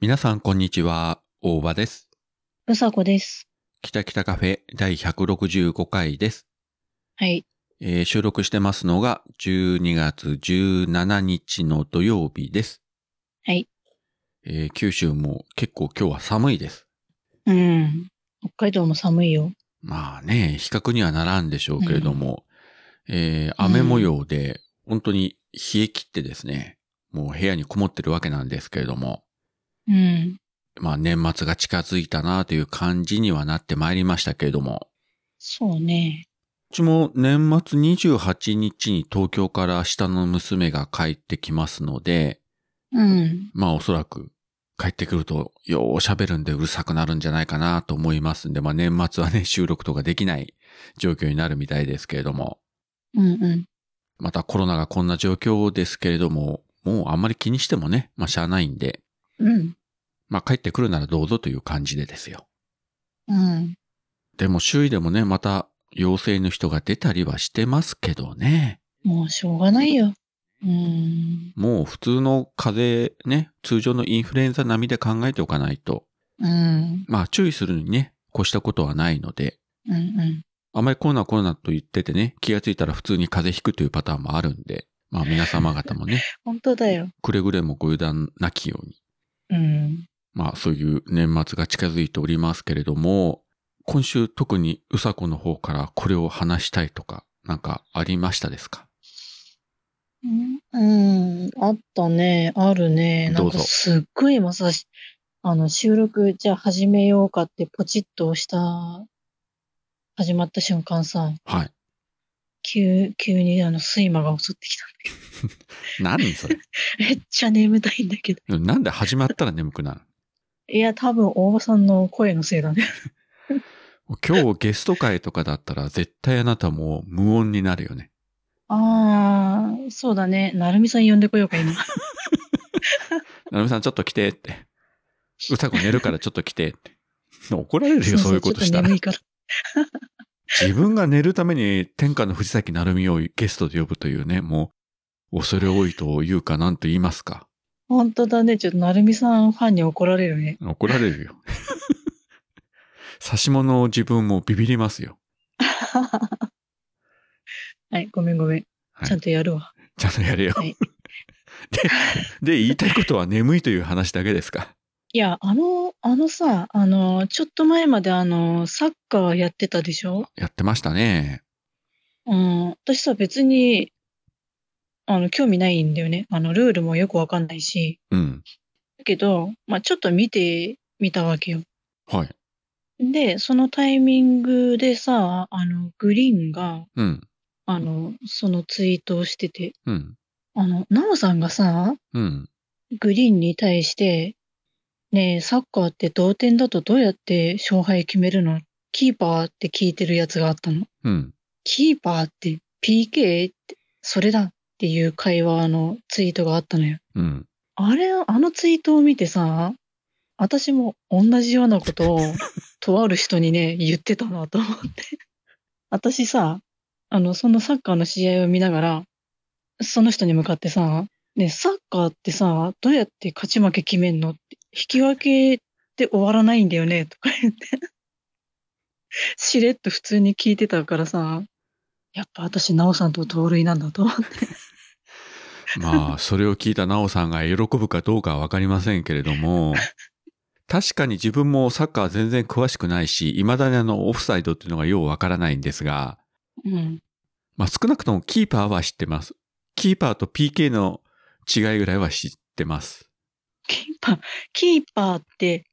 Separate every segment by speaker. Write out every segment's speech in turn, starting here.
Speaker 1: 皆さん、こんにちは。大場です。
Speaker 2: うさこです。
Speaker 1: 北北カフェ第165回です。
Speaker 2: はい。
Speaker 1: えー収録してますのが12月17日の土曜日です。
Speaker 2: はい。
Speaker 1: えー九州も結構今日は寒いです。
Speaker 2: うん。北海道も寒いよ。
Speaker 1: まあね、比較にはならんでしょうけれども、えー雨模様で本当に冷え切ってですね、もう部屋にこもってるわけなんですけれども、
Speaker 2: うん。
Speaker 1: まあ年末が近づいたなという感じにはなってまいりましたけれども、
Speaker 2: そうね。
Speaker 1: うちも年末28日に東京から下の娘が帰ってきますので、
Speaker 2: うん。
Speaker 1: まあおそらく帰ってくるとよう喋るんでうるさくなるんじゃないかなと思いますんで、まあ年末はね、 収録とかできない状況になるみたいですけれども、
Speaker 2: うんうん。
Speaker 1: またコロナがこんな状況ですけれども、もうあんまり気にしてもね、まあしゃあないんで、
Speaker 2: うん。
Speaker 1: まあ帰ってくるならどうぞという感じでですよ。
Speaker 2: うん。
Speaker 1: でも周囲でもね、また陽性の人が出たりはしてますけどね。
Speaker 2: もうしょうがないよ。うん。
Speaker 1: もう普通の風邪ね、通常のインフルエンザ並みで考えておかないと、
Speaker 2: うん。
Speaker 1: まあ注意するにね、越したことはないので、
Speaker 2: うんうん。
Speaker 1: あまりコロナコロナと言っててね、気がついたら普通に風邪ひくというパターンもあるんで、まあ皆様方もね、
Speaker 2: 本当だよ。
Speaker 1: くれぐれもご油断なきように、
Speaker 2: うん。
Speaker 1: まあそういう年末が近づいておりますけれども、今週特にうさこの方からこれを話したいとか、なんかありましたですか
Speaker 2: うん。あったね。あるね。な
Speaker 1: ど
Speaker 2: ん
Speaker 1: うぞ
Speaker 2: かすっごい今さ、あの、収録じゃあ始めようかってポチッと押した、始まった瞬間さ、
Speaker 1: はい。
Speaker 2: 急、急にあの、睡魔が襲ってきた。
Speaker 1: 何それ
Speaker 2: めっちゃ眠たいんだけど。
Speaker 1: なんで始まったら眠くなる
Speaker 2: いや、多分、大場さんの声のせいだね。
Speaker 1: 今日ゲスト会とかだったら絶対あなたもう無音になるよね。
Speaker 2: ああ、そうだね。なるみさん呼んでこようか、 今。
Speaker 1: ななみさんちょっと来てって。うさこ寝るからちょっと来てって。怒られるよ、そういうことした
Speaker 2: ちょ
Speaker 1: ら。
Speaker 2: っと眠いから。
Speaker 1: 自分が寝るために天下の藤崎なるみをゲストで呼ぶというね、もう恐れ多いというかなんと言いますか。
Speaker 2: 本当だね。ちょっと、なるみさんファンに怒られるね。
Speaker 1: 怒られるよ。差し物を自分もビビりますよ。
Speaker 2: はい、ごめんごめん。
Speaker 1: はい
Speaker 2: ちゃんとやるわ。
Speaker 1: ちゃんとやれよ。
Speaker 2: はい
Speaker 1: で、で、言いたいことは眠いという話だけですか。
Speaker 2: いや、あの、あのさ、あの、ちょっと前まであの、サッカーやってたでしょ
Speaker 1: やってましたね。
Speaker 2: うん。私さ、別に、あの、興味ないんだよね。あの、ルールもよくわかんないし。
Speaker 1: うん。
Speaker 2: だけど、まあ、ちょっと見てみたわけよ。
Speaker 1: はい。
Speaker 2: で、そのタイミングでさ、あの、グリーンが、
Speaker 1: うん。
Speaker 2: あの、そのツイートをしてて、
Speaker 1: うん。
Speaker 2: あの、ナオさんがさ、
Speaker 1: うん。
Speaker 2: グリーンに対して、ねえ、サッカーって同点だとどうやって勝敗決めるのキーパーって聞いてるやつがあったの。
Speaker 1: うん。
Speaker 2: キーパーって PK って、それだっていう会話のツイートがあったのよ。
Speaker 1: うん。
Speaker 2: あれ、あのツイートを見てさ、私も同じような ことをとある人にね、言ってたなと思って。私さ、あの、そのサッカーの試合を見ながら、その人に向かってさ、ね、サッカーってさ、どうやって勝ち負け決めんのって、引き分けって終わらないんだよね、とか言って。 しれっと普通に聞いてたからさ、やっぱ私、ナオさんと盗塁なんだと思って。
Speaker 1: まあ、それを聞いた奈緒さんが喜ぶかどうかはわかりませんけれど も、確かに自分もサッカー全然詳しくないし、未だにあの、オフサイドっていうのがようわからないんですが、
Speaker 2: うん。
Speaker 1: まあ少なくともキーパーは知ってます。キーパーと PK の違いぐらいは知ってます。
Speaker 2: キーパー、キーパーって、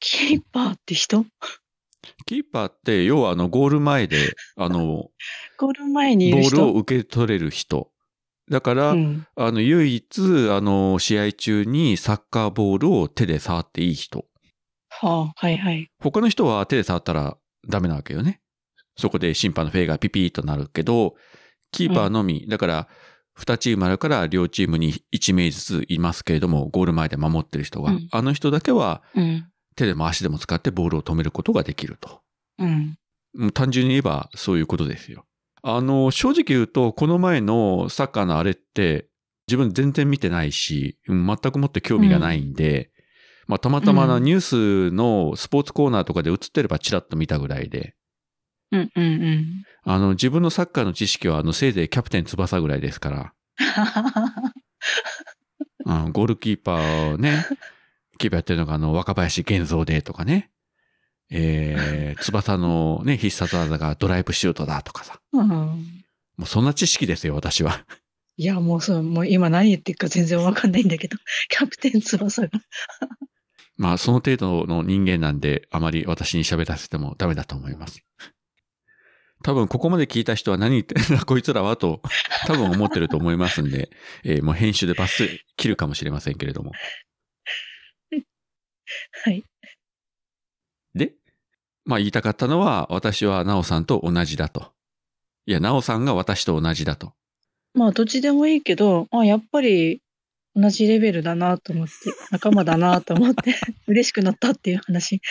Speaker 2: キーパーって人
Speaker 1: キーパーって、要はあの、ゴール前で、あの、
Speaker 2: ゴール前にい
Speaker 1: ボ
Speaker 2: る
Speaker 1: ー
Speaker 2: 人。
Speaker 1: ルを受け取れる人。だから、
Speaker 2: うん。
Speaker 1: あの、唯一、あの、試合中にサッカーボールを手で触っていい人。
Speaker 2: はあ、はいはい。
Speaker 1: 他の人は手で触ったらダメなわけよね。そこで審判のフェイがピピーとなるけど、キーパーのみ、だから、2チームあるから両チームに1名ずついますけれども、ゴール前で守ってる人が、
Speaker 2: うん
Speaker 1: あの人だけは
Speaker 2: うん。
Speaker 1: 手でも足でも使ってボールを止めることができると。
Speaker 2: うん。
Speaker 1: もう単純に言えばそういうことですよ。あの、正直言うと、この前のサッカーのあれって、自分全然見てないし、うん全くもって興味がないんで、まあ、たまたまな
Speaker 2: うん
Speaker 1: ニュースのスポーツコーナーとかで映ってればチラッと見たぐらいで、
Speaker 2: うんうんうん。
Speaker 1: あの、自分のサッカーの知識は、あの、せいぜいキャプテン翼ぐらいですから、うん、ゴールキーパーをね、 キーパーやってるのが、あの、若林源三でとかね、えー、翼のね、必殺技がドライブシュートだとかさ、
Speaker 2: うん
Speaker 1: もうそんな知識ですよ、私は。
Speaker 2: いや、もうそう、もう今何言ってるか全然わかんないんだけど、 キャプテン翼が。
Speaker 1: まあ、その程度の人間なんで、あまり私に喋らせてもダメだと思います。多分、ここまで聞いた人は何言 ってんだ、こいつらはと、多分思ってると思いますんで、えーもう編集でバス切るかもしれませんけれども。
Speaker 2: はい。
Speaker 1: で、まあ、言いたかったのは、私はナオさんと同じだと。いや、ナオさんが私と同じだと。
Speaker 2: まあ、どっちでもいいけど、あ、やっぱり同じレベルだなと思って、仲間だなと思って、嬉しくなったっていう話。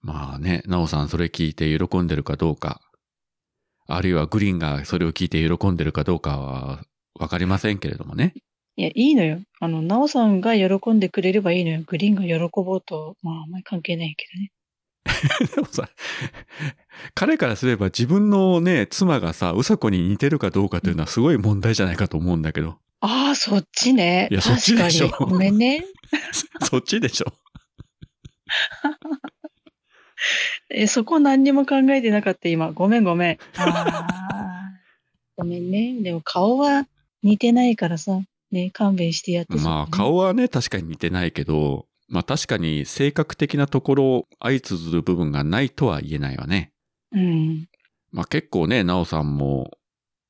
Speaker 1: まあね、ナオさんそれ聞いて喜んでるかどうか、あるいはグリーンがそれを聞いて喜んでるかどうかは、わかりませんけれどもね。
Speaker 2: いや、いいのよ。あの、ナオさんが喜んでくれればいいのよ。グリーンが喜ぼうと、まあ、あんまり関係ないけどね。
Speaker 1: でもさ、彼からすれば自分のね、妻がさ、うさこに似てるかどうかというのはすごい問題じゃないかと思うんだけ ど、
Speaker 2: ああ、そっちね。
Speaker 1: いやそっち
Speaker 2: 確か
Speaker 1: でしょ
Speaker 2: に。ごめんね。
Speaker 1: そっちでしょ。
Speaker 2: え、そこ何にも考えてなかった、今。ごめん、ご めん。ああ。ごめんね。でも顔は似てないからさ。ね、勘弁してやってさ
Speaker 1: まあ、顔はね、確かに似てないけど、まあ確かに性格的なところ、相通ずる部分がないとは言えないわね。
Speaker 2: うん。
Speaker 1: まあ結構ね、なおさんも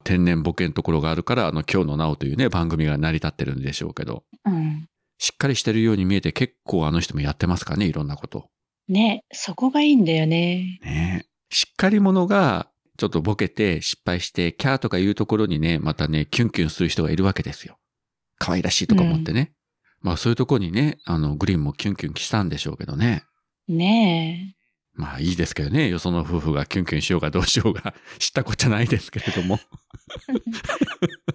Speaker 1: 天然ボケのところがあるから、あの、今日のなおというね、番組が成り立ってるんでしょうけど、
Speaker 2: うん。
Speaker 1: しっかりしてるように見えて結構あの人もやってますからね、いろんなこと。
Speaker 2: ね、そこがいいんだよね。
Speaker 1: ねえ。しっかり者が、ちょっとボケて失敗して、キャーとか言うところにね、またね、キュンキュンする人がいるわけですよ。可愛らしいとか思ってね。まあそういうとこにね、あの、グリーンもキュンキュンしたんでしょうけどね。
Speaker 2: ね
Speaker 1: まあいいですけどね、よその夫婦がキュンキュンしようがどうしようが知ったことじゃないですけれども。
Speaker 2: え。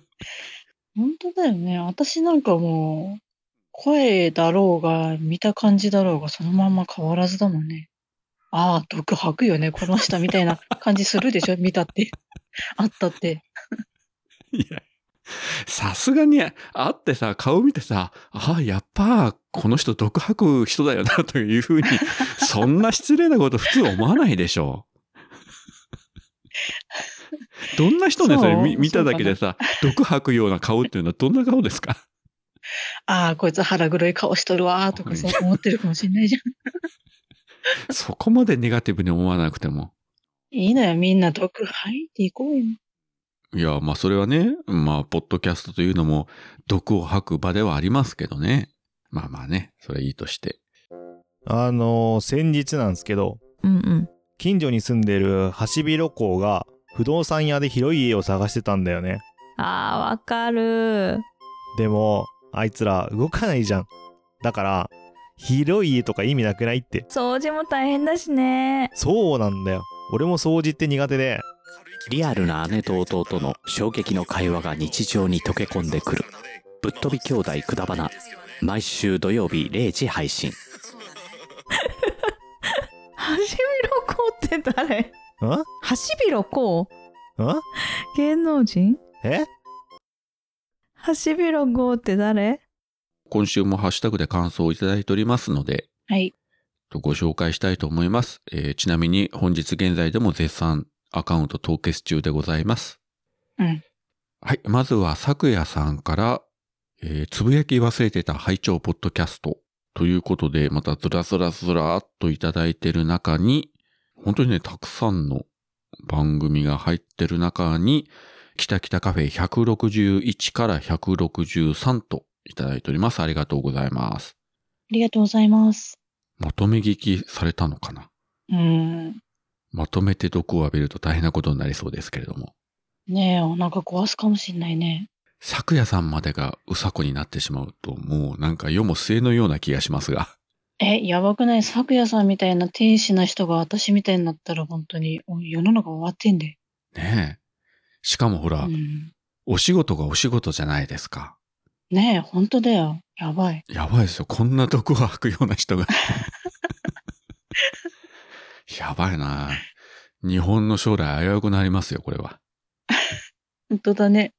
Speaker 2: 本当だよね。私なんかもう、声だろうが、見た感じだろうが、そのまんま変わらずだもんね。ああ、毒吐くよね、この人みたいな感じするでしょ見たって。あったって。
Speaker 1: いや。さすがに会ってさ、顔見てさ、ああ、やっぱ、この人毒吐く人だよな、というふうに、そんな失礼なこと普通思わないでしょう。どんな人ね、
Speaker 2: そう
Speaker 1: それ見見ただけでさ、毒吐くような顔っていうのはどんな顔ですか
Speaker 2: ああ、こいつ腹黒い顔しとるわーとかそう思ってるかもしれないじゃん。
Speaker 1: そこまでネガティブに思わなくても。
Speaker 2: いいのよ、みんな毒吐いていこうよ。
Speaker 1: いや、まあそれはね、まあ、ポッドキャストというのも、毒を吐く場ではありますけどね。まあまあね、それはいいとして。
Speaker 3: あのー先日なんですけど
Speaker 4: うんうん。
Speaker 3: 近所に住んでるハシビロコウが不動産屋で広い家を探してたんだよね
Speaker 4: あー、わかる。
Speaker 3: でもあいつら動かないじゃんだから広い家とか意味なくないって
Speaker 4: 掃除も大変だしね。
Speaker 3: そうなんだよ俺も掃除って苦手で
Speaker 5: リアルな姉と弟の衝撃の会話が日常に溶け込んでくる。ぶっ飛び兄弟くだばな。
Speaker 6: 毎
Speaker 5: 毎週土曜日0時配信
Speaker 6: 日。。
Speaker 4: ハシビロコウって誰
Speaker 3: んん
Speaker 4: ハシビロコウ芸能人
Speaker 3: え
Speaker 4: ハシビロコウって誰
Speaker 1: 今週もハッシュタグで感想をいただいておりますので、
Speaker 2: はい。
Speaker 1: とご紹介したいと思います。えーちなみに本日現在でも絶賛アカウント凍結中でございます。
Speaker 2: うん
Speaker 1: はい。まずは、昨夜さんから、えーつぶやき忘れてた拝聴ポッドキャストということで、またずらずらずらーっといただいてる中に、本当にね、たくさんの番組が入ってる中に、きたきたカフェ161から163といただいております。ありがとうございます。
Speaker 2: ありがとうございます。
Speaker 1: まとめ聞きされたのかな
Speaker 2: うん。
Speaker 1: まとめて毒を浴びると大変なことになりそうですけれども。
Speaker 2: ねえ、お腹壊すかもしんないね。
Speaker 1: 昨夜さんまでがうさこになってしまうと、もうなんか世も末のような気がしますが。
Speaker 2: え、やばくない昨夜さんみたいな天使な人が私みたいになったら本当にお世の中終わってんで。
Speaker 1: ねえ。しかもほ
Speaker 2: う
Speaker 1: ら、
Speaker 2: ん。
Speaker 1: お仕事がお仕事じゃないですか。
Speaker 2: ねえ、本当だよ。やばい。
Speaker 1: やばいですよ。こんな毒を吐くような人が。 やばいな日本の将来危うくなりますよ、これは。
Speaker 2: 本当だね。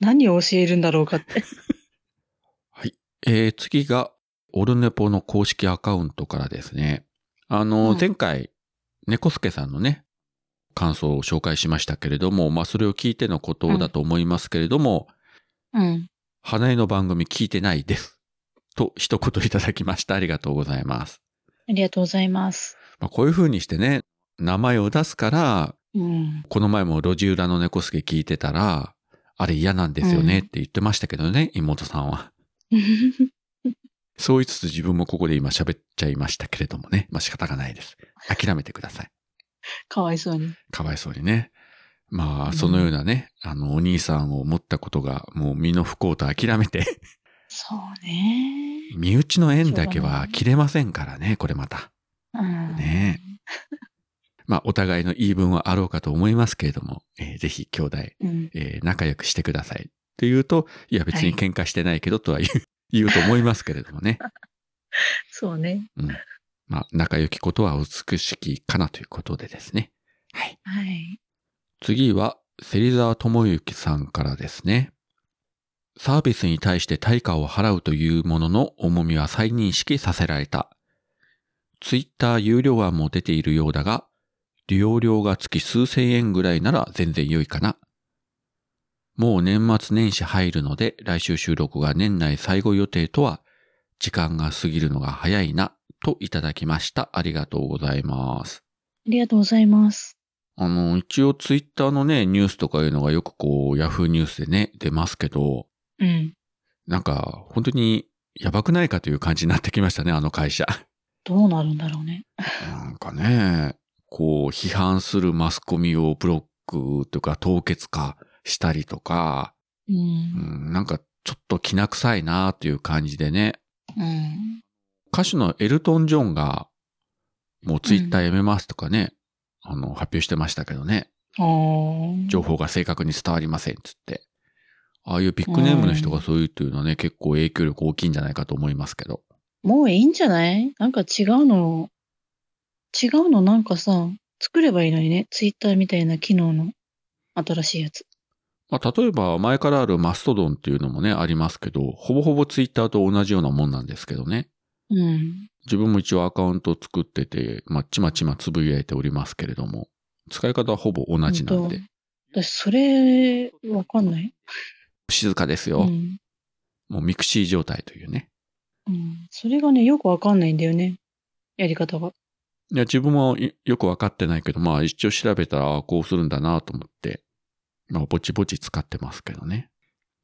Speaker 2: 何を教えるんだろうかって。
Speaker 1: えー次が、オルネポの公式アカウントからですね。あの、
Speaker 2: うん
Speaker 1: 前回、猫助さんのね、感想を紹介しましたけれども、まあ、それを聞いてのことだと思いますけれども、
Speaker 2: うん。
Speaker 1: 花江の番組聞いてないです。と、一言いただきました。ありがとうございます。
Speaker 2: ありがとうございます。
Speaker 1: まあ、こういう風にしてね、名前を出すから、
Speaker 2: うん。
Speaker 1: この前も路地裏の猫助聞いてたら、あれ嫌なんですよねって言ってましたけどね、妹さんは。そう言いつつ自分もここで今喋っちゃいましたけれどもね。まあ仕方がないです。諦めてください。
Speaker 2: かわいそうに。
Speaker 1: かわいそうにね。ま
Speaker 2: う
Speaker 1: あ、
Speaker 2: ん
Speaker 1: そのようなね、あの、お兄さんを持ったことが、もう身の不幸と諦めて、
Speaker 2: そうね。
Speaker 1: 身内の縁だけ
Speaker 2: しょうがな
Speaker 1: はい切れませんからね、これまた。
Speaker 2: うん。
Speaker 1: ねまあ、お互いの言い分はあろうかと思いますけれども、えーぜひ兄弟、
Speaker 2: うん。
Speaker 1: えー仲良くしてください。って言うと、いや別に
Speaker 2: は
Speaker 1: 喧嘩してないけどとは言う、言うと思いますけれどもね。
Speaker 2: そうね。
Speaker 1: うん。まあ、仲良きことは美しきかなということでですね。はい。
Speaker 2: はい。
Speaker 1: 次は、芹沢智之さんからですね。サービスに対して対価を払うというものの重みは再認識させられた。ツイッター有料案も出ているようだが、利用料が月数千円ぐらいなら全然良いかな。もう年末年始入るので、来週収録が年内最後予定とは、時間が過ぎるのが早いな、といただきました。ありがとうございます。
Speaker 2: ありがとうございます。
Speaker 1: あの、一応ツイッターのね、ニュースとかいうのがよくこう、ヤフーニュースでね、出ますけど、
Speaker 2: うん。
Speaker 1: なんか、本当に、やばくないかという感じになってきましたね、あの会社。
Speaker 2: どうなるんだろうね。
Speaker 1: なんかね、こう、批判するマスコミをブロックとか凍結化したりとか、
Speaker 2: う。
Speaker 1: うんん、なんか、ちょっときな臭いなという感じでね、
Speaker 2: うん。
Speaker 1: 歌手のエルトン・ジョンが、もうツイッターやめますとかね、あの、発表してましたけどね。
Speaker 2: ああ。
Speaker 1: 情報が正確に伝わりませんっつって。ああいうビッグネームの人がそういうというのはね、結構影響力大きいんじゃないかと思いますけど。
Speaker 2: もういいんじゃないなんか違うの、違うのなんかさ、作ればいいのにね。ツイッターみたいな機能の新しいやつ。
Speaker 1: まあ、例えば前からあるマストドンっていうのもね、ありますけど、ほぼほぼツイッターと同じようなもんなんですけどね。
Speaker 2: うん。
Speaker 1: 自分も一応アカウントを作ってて、まあ、ちまちまつぶやいておりますけれども、使い方はほぼ同じなんで、
Speaker 2: 私、それ、わかんない。
Speaker 1: 静かです
Speaker 2: う
Speaker 1: よ。
Speaker 2: ん。
Speaker 1: もうミクシー状態というね。
Speaker 2: うん。それがね、よくわかんないんだよね。やり方が。
Speaker 1: いや、自分もいよくわかってないけど、まあ一応調べたら、ああこうするんだなと思って、まあぼちぼち使ってますけどね。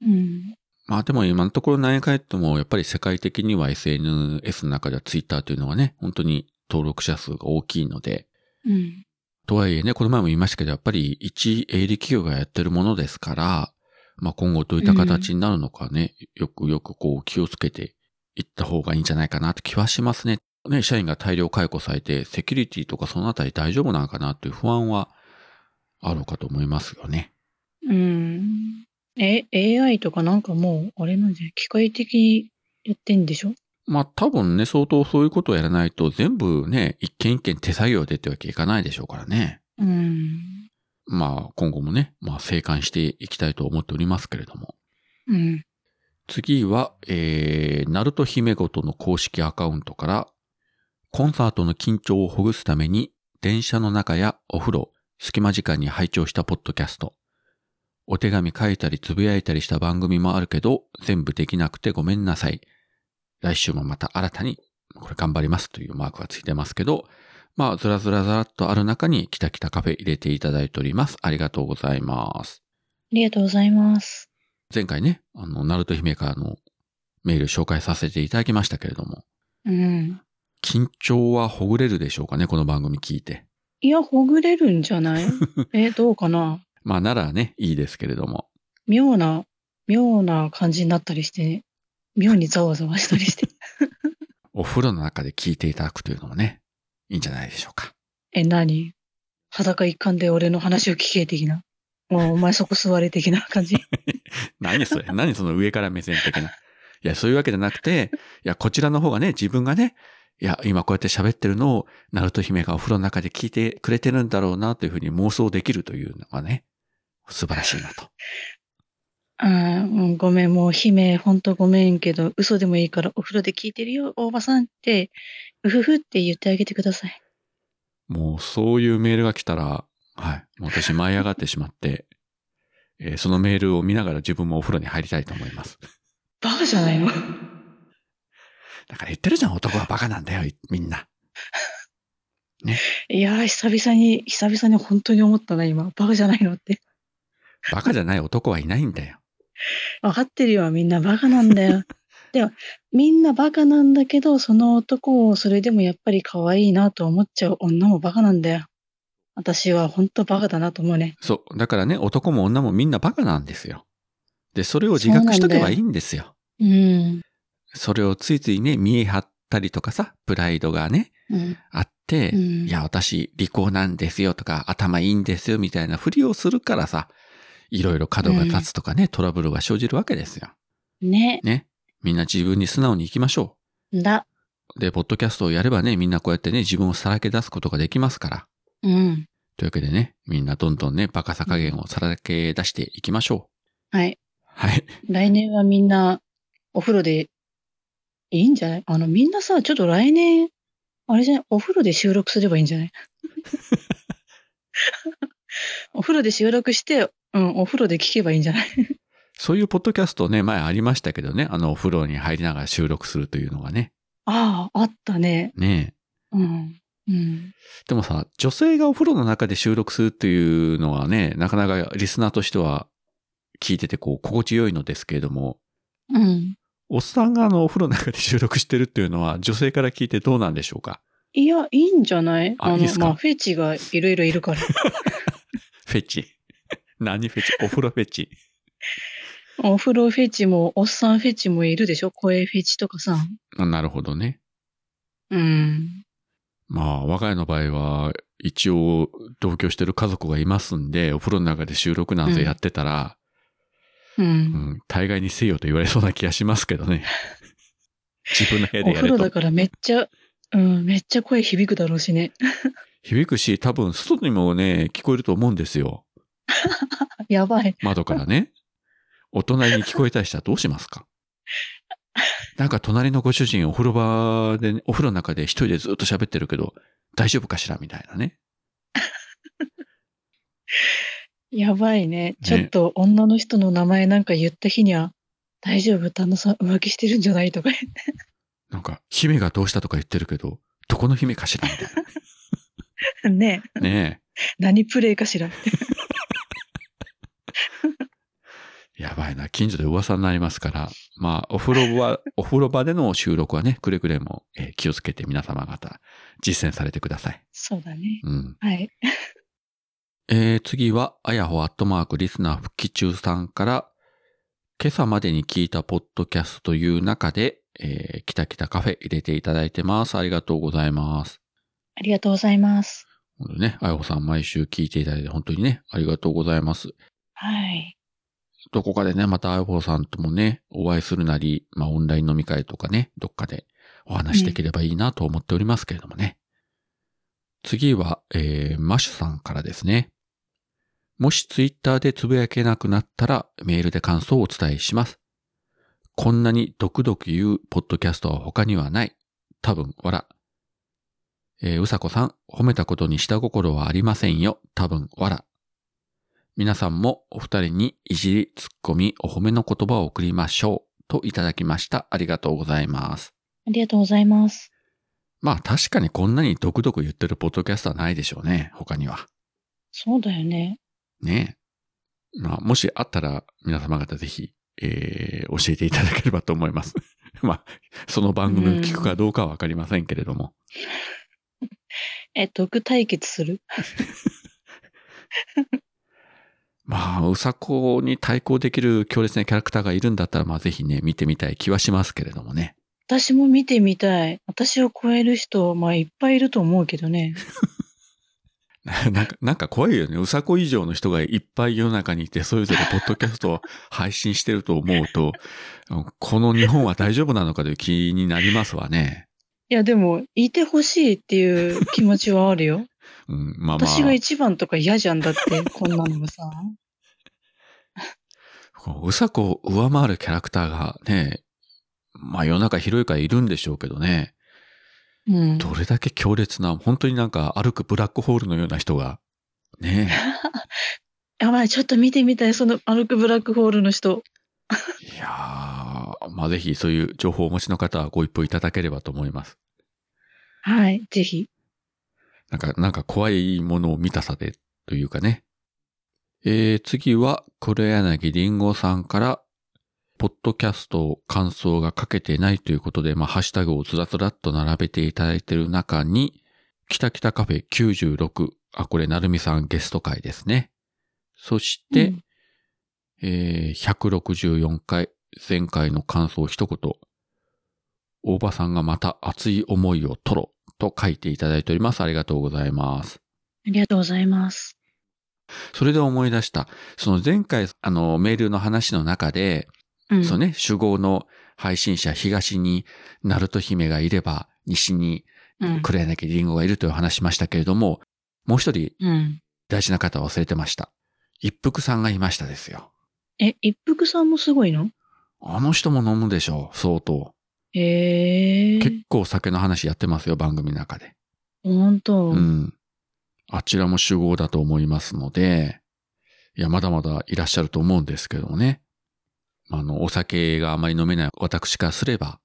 Speaker 2: うん。
Speaker 1: まあでも今のところ何回言っても、やっぱり世界的には SNS の中では Twitter というのがね、本当に登録者数が大きいので、
Speaker 2: うん。
Speaker 1: とはいえね、この前も言いましたけど、やっぱり一営利企業がやってるものですから、まあ今後どういった形になるのかね、よくよくこう気をつけていった方がいいんじゃないかなって気はしますね。ね、社員が大量解雇されて、セキュリティとかそのあたり大丈夫なのかなっていう不安はあろうかと思いますよね。
Speaker 2: うん。え、AI とかなんかもう、あれなんじゃない機械的にやってんでしょ
Speaker 1: まあ多分ね、相当そういうことをやらないと全部ね、一件一件手作業でってわけいかないでしょうからね。
Speaker 2: うん。
Speaker 1: まあ今後もね、まあ生還していきたいと思っておりますけれども。
Speaker 2: うん。
Speaker 1: 次は、えー、ナルト姫ごとの公式アカウントから、コンサートの緊張をほぐすために、電車の中やお風呂、隙間時間に拝聴したポッドキャスト。お手紙書いたりつぶやいたりした番組もあるけど、全部できなくてごめんなさい。来週もまた新たに、これ頑張りますというマークがついてますけど、まあ、ずらずらずらっとある中に、キタキタカフェ入れていただいております。ありがとうございます。
Speaker 2: ありがとうございます。
Speaker 1: 前回ね、あの、ナルト姫からのメール紹介させていただきましたけれども、
Speaker 2: うん。
Speaker 1: 緊張はほぐれるでしょうかね、この番組聞いて。
Speaker 2: いや、ほぐれるんじゃ ないえ、どうかな
Speaker 1: まあ、ならね、いいですけれども。
Speaker 2: 妙な、妙な感じになったりしてね。妙にざわざわしたりして。
Speaker 1: お風呂の中で聞いていただくというのもね、いいんじゃないでしょうか。
Speaker 2: え、何裸一貫で俺の話を聞け的な。もうお前そこ座れ的な感じ。
Speaker 1: 何それ何その上から目線的な。いや、そういうわけじゃなくて、いや、こちらの方がね、自分がね、いや、今こうやって喋ってるのを、ナルト姫がお風呂の中で聞いてくれてるんだろうな、というふうに妄想できるというのがね、素晴らしいなと。
Speaker 2: あーうんごめん、もう姫、ほんとごめんけど、嘘でもいいからお風呂で聞いてるよ、大場さんって、うふふって言ってあげてください。
Speaker 1: もうそういうメールが来たら、はい。もう私舞い上がってしまって、 えーそのメールを見ながら自分もお風呂に入りたいと思います。
Speaker 2: バカじゃないの
Speaker 1: だから言ってるじゃん、男はバカなんだよ、いみんな。
Speaker 2: いやー、久々に、久々に本当に思ったな、今。バカじゃないのって。
Speaker 1: バカじゃない男はいないんだよ。
Speaker 2: わかってるよ、みんなバカなんだよ。でも、みんなバカなんだけど、その男をそれでもやっぱり可愛いなと思っちゃう女もバカなんだよ。私は本当バカだなと思うね。
Speaker 1: そう。だからね、男も女もみんなバカなんですよ。で、それを自覚しとけばいいんですよ。
Speaker 2: うん。
Speaker 1: それをついついね、見え張ったりとかさ、プライドがね、
Speaker 2: うん。
Speaker 1: あって、
Speaker 2: うん
Speaker 1: いや、私、利口なんですよとか、頭いいんですよみたいなふりをするからさ、いろいろ角が立つとかね、トラブルが生じるわけですよ。
Speaker 2: ね。
Speaker 1: ね。みんな自分に素直に行きましょ
Speaker 2: だ。
Speaker 1: う。で、ポッドキャストをやればね、みんなこうやってね、自分をさらけ出すことができますから。
Speaker 2: うん。
Speaker 1: というわけでね、みんなどんどんね、バカさ加減をさらけ出していきましょ
Speaker 2: は
Speaker 1: う。
Speaker 2: い。
Speaker 1: はい。
Speaker 2: 来年はみんな、お風呂で、いいんじゃないあの、みんなさ、ちょっと来年、あれじゃないお風呂で収録すればいいんじゃないお風呂で収録して、うん、お風呂で聞けばいいんじゃない
Speaker 1: そういうポッドキャストね、前ありましたけどね、あの、お風呂に入りながら収録するというのがね。
Speaker 2: ああ、あったね。
Speaker 1: ね
Speaker 2: うん。うん。
Speaker 1: え。でもさ、女性がお風呂の中で収録するっていうのはね、なかなかリスナーとしては聞いててこう、心地よいのですけれども、
Speaker 2: うん。
Speaker 1: おっさんがあの、お風呂の中で収録してるっていうのは、女性から聞いてどうなんでしょうか
Speaker 2: いや、いいんじゃない
Speaker 1: あ
Speaker 2: あの、
Speaker 1: いいっすか
Speaker 2: まあ、フェチがいろいろいるから。
Speaker 1: フェチ。 何フェチお風呂フェチ。
Speaker 2: お風呂フェチも、おっさんフェチもいるでしょ声フェチとかさ。
Speaker 1: あなるほどね。
Speaker 2: うん。
Speaker 1: まあ、我が家の場合は、一応、同居してる家族がいますんで、お風呂の中で収録なんてやってたら、
Speaker 2: う。
Speaker 1: うんん、大概にせよと言われそうな気がしますけど ね。自分の部屋
Speaker 2: お
Speaker 1: でや
Speaker 2: 風
Speaker 1: る
Speaker 2: 呂だ
Speaker 1: と。
Speaker 2: からめっちゃ、うん、めっちゃ声響くだろうしね。
Speaker 1: 響くし、多分、外にもね、聞こえると思うんですよ。
Speaker 2: あやばい。
Speaker 1: 窓からね。お隣に聞こえたりしたらどうしますかなんか隣のご主人お風呂場でね、お風呂の中で一人でずっと喋ってるけど、大丈夫かしらみたいなね。
Speaker 2: やばいね。ちょっと、女の人の名前なんか言った日には、大丈夫旦那さん浮気してるんじゃないとか。
Speaker 1: なんか、姫がどうしたとか言ってるけど、どこの姫かしらみたい
Speaker 2: ね
Speaker 1: な。ね
Speaker 2: 何プレイかしら。
Speaker 1: え。やばいな。近所で噂になりますから。まあ、お風呂場、 お風呂場での収録はね、くれぐれも、えー気をつけて皆様方、実践されてください。
Speaker 2: そうだね。
Speaker 1: うん。
Speaker 2: はい。
Speaker 1: えー、次は、あやほアットマークリスナー復帰中さんから、今朝までに聞いたポッドキャストという中で、えー、きたきたカフェ入れていただいてます。ありがとうございます。
Speaker 2: ありがとうございます。
Speaker 1: 本当にね、あやほさん毎週聞いていただいて本当にね、ありがとうございます。
Speaker 2: はい。
Speaker 1: どこかでね、またあやほさんともね、お会いするなり、まあオンライン飲み会とかね、どっかでお話しできればいいなと思っておりますけれどもね。次は、えー、マシュさんからですね。もしツイッターでつぶやけなくなったらメールで感想をお伝えします。こんなにドクドク言うポッドキャストは他にはない。多分、わら。えー、うさこさん、褒めたことに下心はありませんよ。多分、わら。皆さんもお二人にいじり、ツッコミ、お褒めの言葉を送りましょう。といただきました。ありがとうございます。
Speaker 2: ありがとうございます。
Speaker 1: まあ確かにこんなに独々言ってるポッドキャストはないでしょうね。他には。
Speaker 2: そうだよね。
Speaker 1: ねえ。まあもしあったら皆様方ぜひ、えー、教えていただければと思います。 まあ、その番組を聞くかどうかはわかりませんけれども。
Speaker 2: え、毒対決する
Speaker 1: まあ、うさこに対抗できる強烈なキャラクターがいるんだったら、まあぜひね、見てみたい気はしますけれどもね。
Speaker 2: 私も 見てみたい。私を超える人、まあいっぱいいると思うけどね。
Speaker 1: なんか、なんか怖いよね。うさこ以上の人がいっぱい世の中にいて、それぞれポッドキャストを配信してると思うと、 この日本は大丈夫なのかという気になりますわね。
Speaker 2: いや、でも、いてほしいっていう気持ちはある よ。
Speaker 1: うん、まあまあ、
Speaker 2: 私が一番とか嫌じゃんだって、こんなのもさ。
Speaker 1: こううさこを上回るキャラクターがね、まあ世の中広いからいるんでしょうけどね、
Speaker 2: うん。
Speaker 1: どれだけ強烈な、本当になんか歩くブラックホールのような人が、ね
Speaker 2: やばい、ちょっと見てみたい、その歩くブラックホールの人。
Speaker 1: いやー、まあぜひそういう情報をお持ちの方はご一報いただければと思います。
Speaker 2: はい、ぜひ。
Speaker 1: なんか、なんか怖いものを見たさで、というかね。えー、次は、黒柳りんごさんから、ポッドキャスト感想が書けてないということで、まあ、ハッシュタグをずらずらっと並べていただいている中に、きたきたカフェ96、あ、これ、なるみさんゲスト会ですね。そして、
Speaker 2: うん
Speaker 1: えー、164回、前回の感想一言、大場さんがまた熱い思いを吐露と書いていただいております。ありがとうございます。
Speaker 2: ありがとうございます。
Speaker 1: それで思い出した。その前回、あの、メールの話の中で、
Speaker 2: うん。
Speaker 1: そうね、主語の配信者東に、ナルト姫がいれば、西に
Speaker 2: うん。
Speaker 1: 黒柳りんごがいるという話しましたけれども、もう一人
Speaker 2: うん。
Speaker 1: 大事な方を忘れてました。一服さんがいましたですよ。
Speaker 2: え、一服さんもすごいの
Speaker 1: あの人も飲むでしょう、相当。
Speaker 2: へえ
Speaker 1: 結
Speaker 2: ー。
Speaker 1: 構酒の話やってますよ、番組の中で。
Speaker 2: ほんと。
Speaker 1: うん。あちらも集合だと思いますので、いや、まだまだいらっしゃると思うんですけどもね。あの、お酒があまり飲めない私からすれば、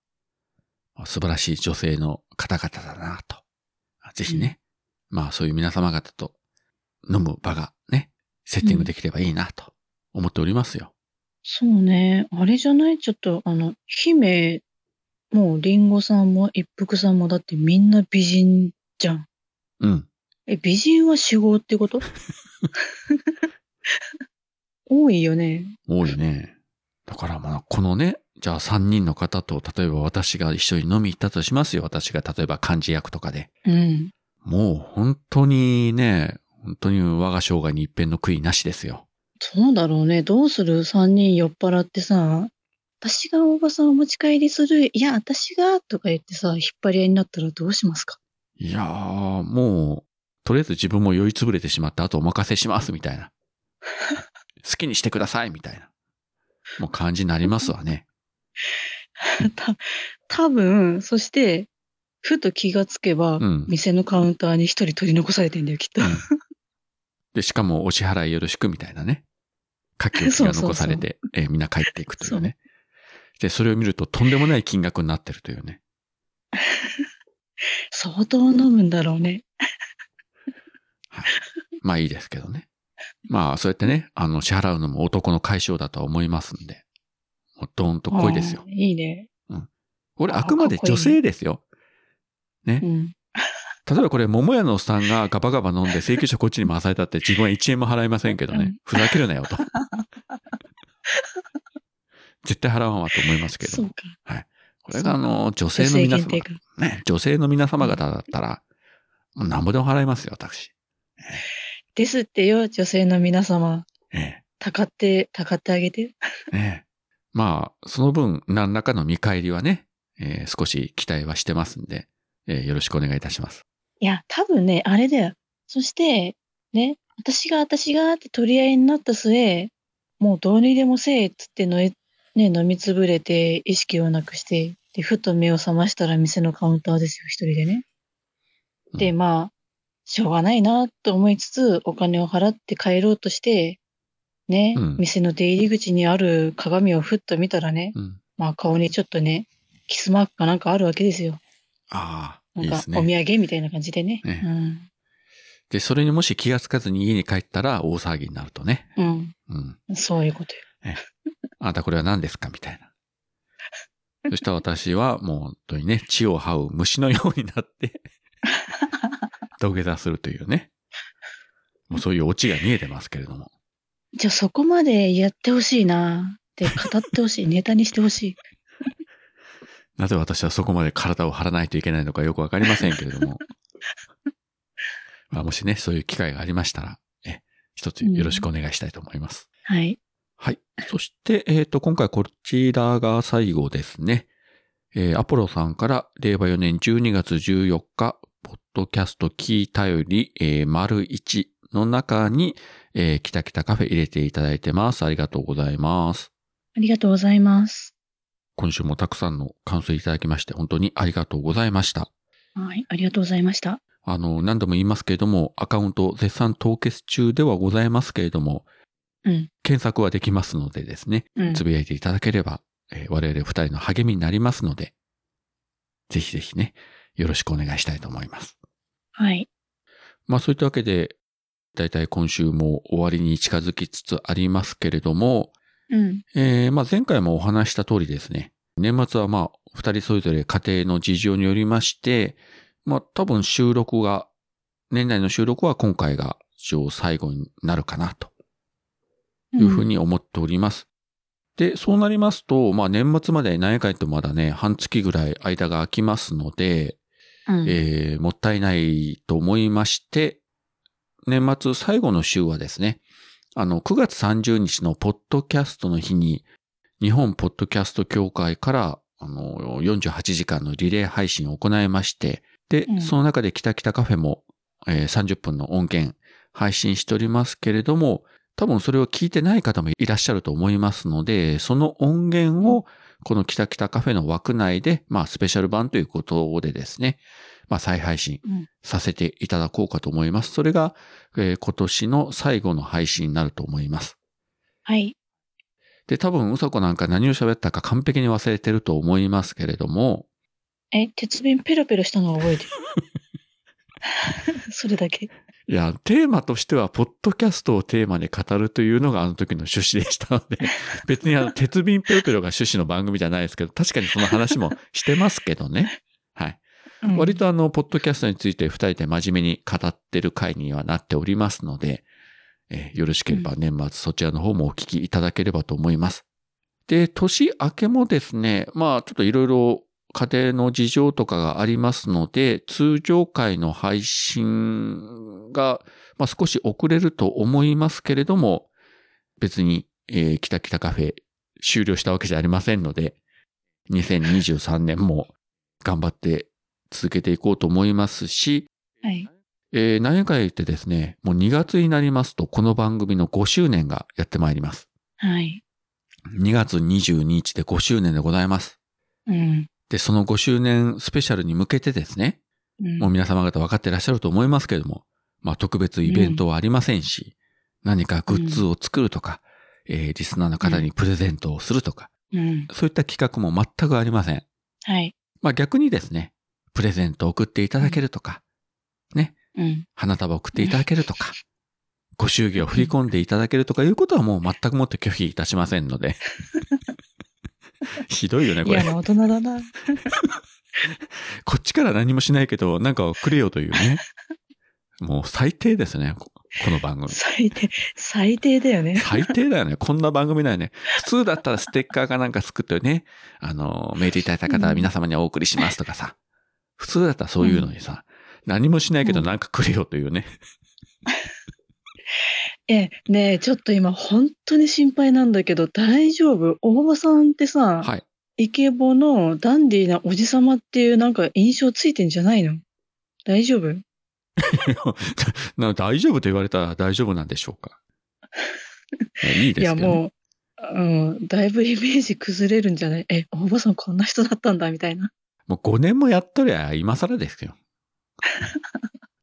Speaker 1: 素晴らしい女性の方々だなと。ぜひね、まあそういう皆様方と飲む場がね、セッティングできればいいなと思っておりますよ。
Speaker 2: そうね。あれじゃないちょっと、あの、姫、もう、リンゴさんも一服さんも、だってみんな美人じゃん。
Speaker 1: うん。
Speaker 2: え、美人は主語ってこと多いよね。
Speaker 1: 多いね。だからまあ、このね、じゃあ3人の方と、例えば私が一緒に飲み行ったとしますよ。私が例えば漢字役とかで。
Speaker 2: うん。
Speaker 1: もう本当にね、本当に我が生涯に一遍の悔いなしですよ。
Speaker 2: そうだろうね。どうする三人酔っ払ってさ、私が大場さんをお持ち帰りする、いや、私が、とか言ってさ、引っ張り合いになったらどうしますか
Speaker 1: いやー、もう、とりあえず自分も酔いつぶれてしまった後お任せしますみたいな。好きにしてくださいみたいな。もう感じになりますわね。
Speaker 2: た、多分、そして、ふと気がつけば、
Speaker 1: うん。
Speaker 2: 店のカウンターに一人取り残されてんだよ、きっと。
Speaker 1: で、しかもお支払いよろしくみたいなね。書き置きが残され て、えーみんな帰っていくというね。で、それを見るととんでもない金額になってるというね。
Speaker 2: 相当飲むんだろうね。
Speaker 1: はい。まあいいですけどね。まあそうやってね、あの、支払うのも男の解消だとは思いますんで。もうドーンと濃いですよ
Speaker 2: あ。ーいいね。
Speaker 1: これあくまで
Speaker 2: かっこいい
Speaker 1: 女
Speaker 2: ね
Speaker 1: 性ですよ。ね
Speaker 2: う。ん。
Speaker 1: 例えばこれ、桃屋のおっさんがガバガバ飲んで請求書こっちに回されたって自分は1円も払いませんけど
Speaker 2: う
Speaker 1: ね
Speaker 2: ん。
Speaker 1: ふざけるなよと。 絶対払わんわと思いますけ
Speaker 2: そ
Speaker 1: ど
Speaker 2: う。か。
Speaker 1: これがあの、女性
Speaker 2: 女
Speaker 1: の
Speaker 2: 性
Speaker 1: 皆
Speaker 2: 限
Speaker 1: 様
Speaker 2: 定、か。
Speaker 1: ね、女性の皆様方だったら、もう何ぼでも払いますよ、私。
Speaker 2: ですってよ、女性の皆様。
Speaker 1: ええ。
Speaker 2: たかって、たかってあげて。
Speaker 1: ねえ。まあ、その分、何らかの見返りはね、えー少し期待はしてますんで、えーよろしくお願いいたします。
Speaker 2: いや、多分ね、あれだよ。そして、ね、私が私がって取り合いになった末、もうどうにでもせえっつってのえ、ね、飲みつぶれて意識をなくして、で、ふと目を覚ましたら店のカウンターですよ、一人でね。で、
Speaker 1: うん
Speaker 2: まあ、しょうがないなと思いつつ、お金を払って帰ろうとして、ね、
Speaker 1: うん
Speaker 2: 店の出入り口にある鏡をふっと見たらね、
Speaker 1: うん。
Speaker 2: まあ顔にちょっとね、キスマークかなんかあるわけですよ。
Speaker 1: ああ、
Speaker 2: ないん
Speaker 1: いで
Speaker 2: か
Speaker 1: す
Speaker 2: お
Speaker 1: ね。
Speaker 2: 土産みたいな感じでね。
Speaker 1: ねで、それにもし気がつかずに家に帰ったら大騒ぎになるとね。
Speaker 2: うん。
Speaker 1: うん。
Speaker 2: うん。そういうことよ。
Speaker 1: あなたこれは何ですかみたいな。そしたら私はもう本当にね、血を這う虫のようになって、土下座するというね。もうそういうオチが見えてますけれども。
Speaker 2: じゃあそこまでやってほしいなって語ってほしい。ネタにしてほしい。
Speaker 1: なぜ私はそこまで体を張らないといけないのかよくわかりませんけれども。まあ、もしね、そういう機会がありましたら、え、一つよろしくお願いしたいと思います。
Speaker 2: はい。
Speaker 1: はい。そして、えっ、と、今回こちらが最後ですね。えーアポロさんから令和4年12月14日、ポッドキャストキー頼り、えー丸1の中に、えー、キタキタカフェ入れていただいてます。ありがとうございます。
Speaker 2: ありがとうございます。
Speaker 1: 今週もたくさんの感想いただきまして、本当にありがとうございました。
Speaker 2: はい。ありがとうございました。
Speaker 1: あの、何度も言いますけれども、アカウント絶賛凍結中ではございますけれども、
Speaker 2: うん。
Speaker 1: 検索はできますのでですね、
Speaker 2: うん。
Speaker 1: つぶやいていただければ、えー我々二人の励みになりますので、ぜひぜひね、よろしくお願いしたいと思います。
Speaker 2: はい。
Speaker 1: まあそういったわけで、だいたい今週も終わりに近づきつつありますけれども、
Speaker 2: うん。
Speaker 1: えーまあ前回もお話しした通りですね、年末はまあ二人それぞれ家庭の事情によりまして、まあ多分収録が、年内の収録は今回が一応最後になるかなと
Speaker 2: うん
Speaker 1: いうふう。に思っております。で、そうなりますと、まあ年末まで何回とまだね、半月ぐらい間が空きますので、
Speaker 2: うん
Speaker 1: えーもったいないと思いまして、年末最後の週はですね、あの、9月30日のポッドキャストの日に、日本ポッドキャスト協会から、あの、48時間のリレー配信を行いまして、で、
Speaker 2: うん
Speaker 1: その中でキタキタカフェも、えー30分の音源配信しておりますけれども、多分それを聞いてない方もいらっしゃると思いますので、その音源をこのキタキタカフェの枠内で、まあスペシャル版ということでですね、まあ再配信
Speaker 2: うん
Speaker 1: させていただこうかと思います。それが、えー今年の最後の配信になると思います。
Speaker 2: はい。
Speaker 1: で、多分うさこなんか何を喋ったか完璧に忘れてると思いますけれども、
Speaker 2: え、鉄瓶ペロペロしたのは覚えてる。 それだけ。
Speaker 1: いや、テーマとしては、ポッドキャストをテーマに語るというのがあの時の趣旨でしたので、 別にあの、鉄瓶ペロペロが趣旨の番組じゃないですけど、確かにその話もしてますけどね。はい。
Speaker 2: うん
Speaker 1: 割とあの、ポッドキャストについて二人で真面目に語ってる回にはなっておりますので、えーよろしければ年末そちらの方もお聞きいただければと思います。で、年明けもですね、まあちょっといろいろ家庭の事情とかがありますので、通常回の配信が、まあ、少し遅れると思いますけれども、別に、えー、キタキタカフェ終了したわけじゃありませんので、2023年も頑張って続けていこうと思いますし、
Speaker 2: はい。
Speaker 1: えー、何回言ってですね、もう2月になりますと、この番組の5周年がやってまいります。
Speaker 2: はい。
Speaker 1: 2月22日で5周年でございます。
Speaker 2: うん。
Speaker 1: で、その5周年スペシャルに向けてですね、
Speaker 2: うん
Speaker 1: もう皆様方分かってらっしゃると思いますけれども、まあ特別イベントはありませんし、何かグッズを作るとか、えーリスナーの方にプレゼントをするとか、
Speaker 2: うん。
Speaker 1: そういった企画も全くありません。
Speaker 2: はい。
Speaker 1: まあ逆にですね、プレゼントを送っていただけるとか、
Speaker 2: うん。
Speaker 1: 花束を送っていただけるとか、ご祝儀を振り込んでいただけるとかいうことはもう全くもって拒否いたしませんので。ひどいよね、これ
Speaker 2: 嫌。な大人だ な。
Speaker 1: こっちから何もしないけど、なんかくれよというね。もう最低ですね、ここの番組。
Speaker 2: 最低、最低だよね。
Speaker 1: 最低だよね。こんな番組だよね。普通だったらステッカーかなんか作ってね、あの、メールいただいた方は皆様にお送りしますとかさ。普通だったらそういうのにさ、何もしないけどなんかくれよというね。
Speaker 2: え、ねえ、ちょっと今本当に心配なんだけど、大丈夫大場さんってさ、
Speaker 1: はい。
Speaker 2: イケボのダンディーなおじさまっていうなんか印象ついてんじゃないの大丈夫
Speaker 1: な大丈夫と言われたら大丈夫なんでしょうか。いやいい
Speaker 2: い
Speaker 1: です
Speaker 2: や
Speaker 1: けどね、
Speaker 2: もう、うん、だいぶイメージ崩れるんじゃないえ、大場さんこんな人だったんだみたいな。
Speaker 1: もう5年もやっとりゃ今更ですよ。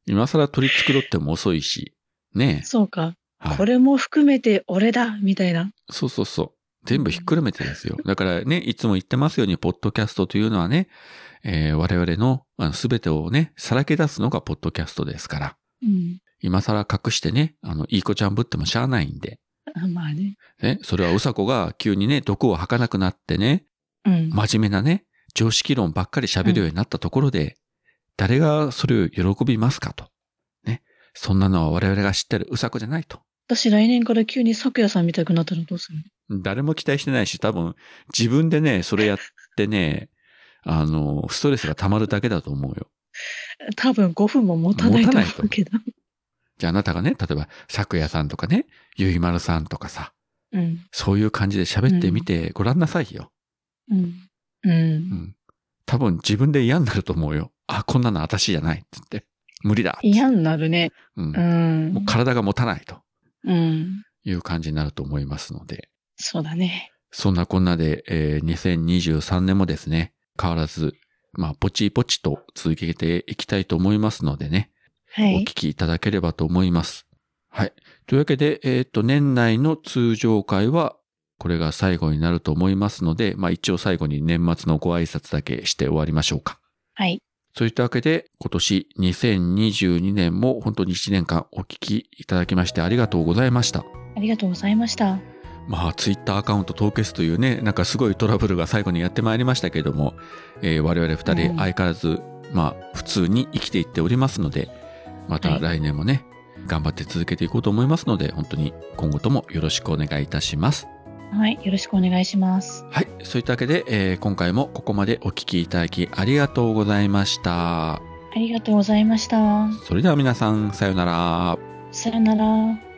Speaker 1: 今更取り繕っても遅いし。ね
Speaker 2: そうか。
Speaker 1: え。はい
Speaker 2: これも含めて俺だみたいな。
Speaker 1: そうそうそう。全部ひっくるめてです よ。だからね、いつも言ってますように、ポッドキャストというのはね、えー我々のあの全てをね、さらけ出すのがポッドキャストですから、
Speaker 2: うん。
Speaker 1: 今更隠してね、あの、いい子ちゃんぶってもしゃあないんで、
Speaker 2: あまあね。
Speaker 1: ね、それはうさこが急にね、毒を吐かなくなってね、
Speaker 2: うん。
Speaker 1: 真面目なね、常識論ばっかり喋るようになったところで、誰がそれを喜びますかと。ね。そんなのは我々が知ってるうさこじゃないと。
Speaker 2: 私来年から急に咲夜さん見たくなったらどうするの
Speaker 1: 誰も期待してないし、多分自 分でね、それやってね、あの、ストレスが溜まるだけだと思うよ。
Speaker 2: 多分5分も持たないと
Speaker 1: 持た
Speaker 2: 思
Speaker 1: ないと
Speaker 2: うけど。
Speaker 1: じゃああなたがね、例えば、咲夜さんとかね、ゆいまるさんとかさ、
Speaker 2: うん。
Speaker 1: そういう感じで喋ってみてごらんなさいよ。
Speaker 2: うん。うん
Speaker 1: う。ん。多分自分で嫌になると思うよ。あ、こんなの私じゃないって言って。無理だっつって
Speaker 2: 嫌になるね。
Speaker 1: うん
Speaker 2: う。。
Speaker 1: もうん体が持たないと
Speaker 2: うん。
Speaker 1: いう感じになると思いますので。
Speaker 2: そうだね。
Speaker 1: そんなこんなで、えー2023年もですね、変わらず、まあ、ポチポチと続けていきたいと思いますのでね、
Speaker 2: は
Speaker 1: お
Speaker 2: い
Speaker 1: 聞。きいただければと思います。はい。というわけで、えっ、と、年内の通常会は、これが最後になると思いますので、まあ一応最後に年末のご挨拶だけして終わりましょうか。
Speaker 2: はい。
Speaker 1: そういったわけで、今年2022年も本当に1年間お聞きいただきましてありがとうございました。
Speaker 2: ありがとうございました。
Speaker 1: まあ、ツイッターアカウント凍結というね、なんかすごいトラブルが最後にやってまいりましたけれども、えー我々二
Speaker 2: う
Speaker 1: 人
Speaker 2: ん
Speaker 1: 相変わらず、まあ、普通に生きていっておりますので、また
Speaker 2: はい
Speaker 1: 来年もね、頑張って続けていこうと思いますので、本当に今後ともよろしくお願いいたします。
Speaker 2: はい。よろしくお願いします。
Speaker 1: はい、そういったわけで、えー今回もここまでお聞きいただきありがとうございました。
Speaker 2: ありがとうございました。
Speaker 1: それでは皆さん、さようなら。
Speaker 2: さよなら。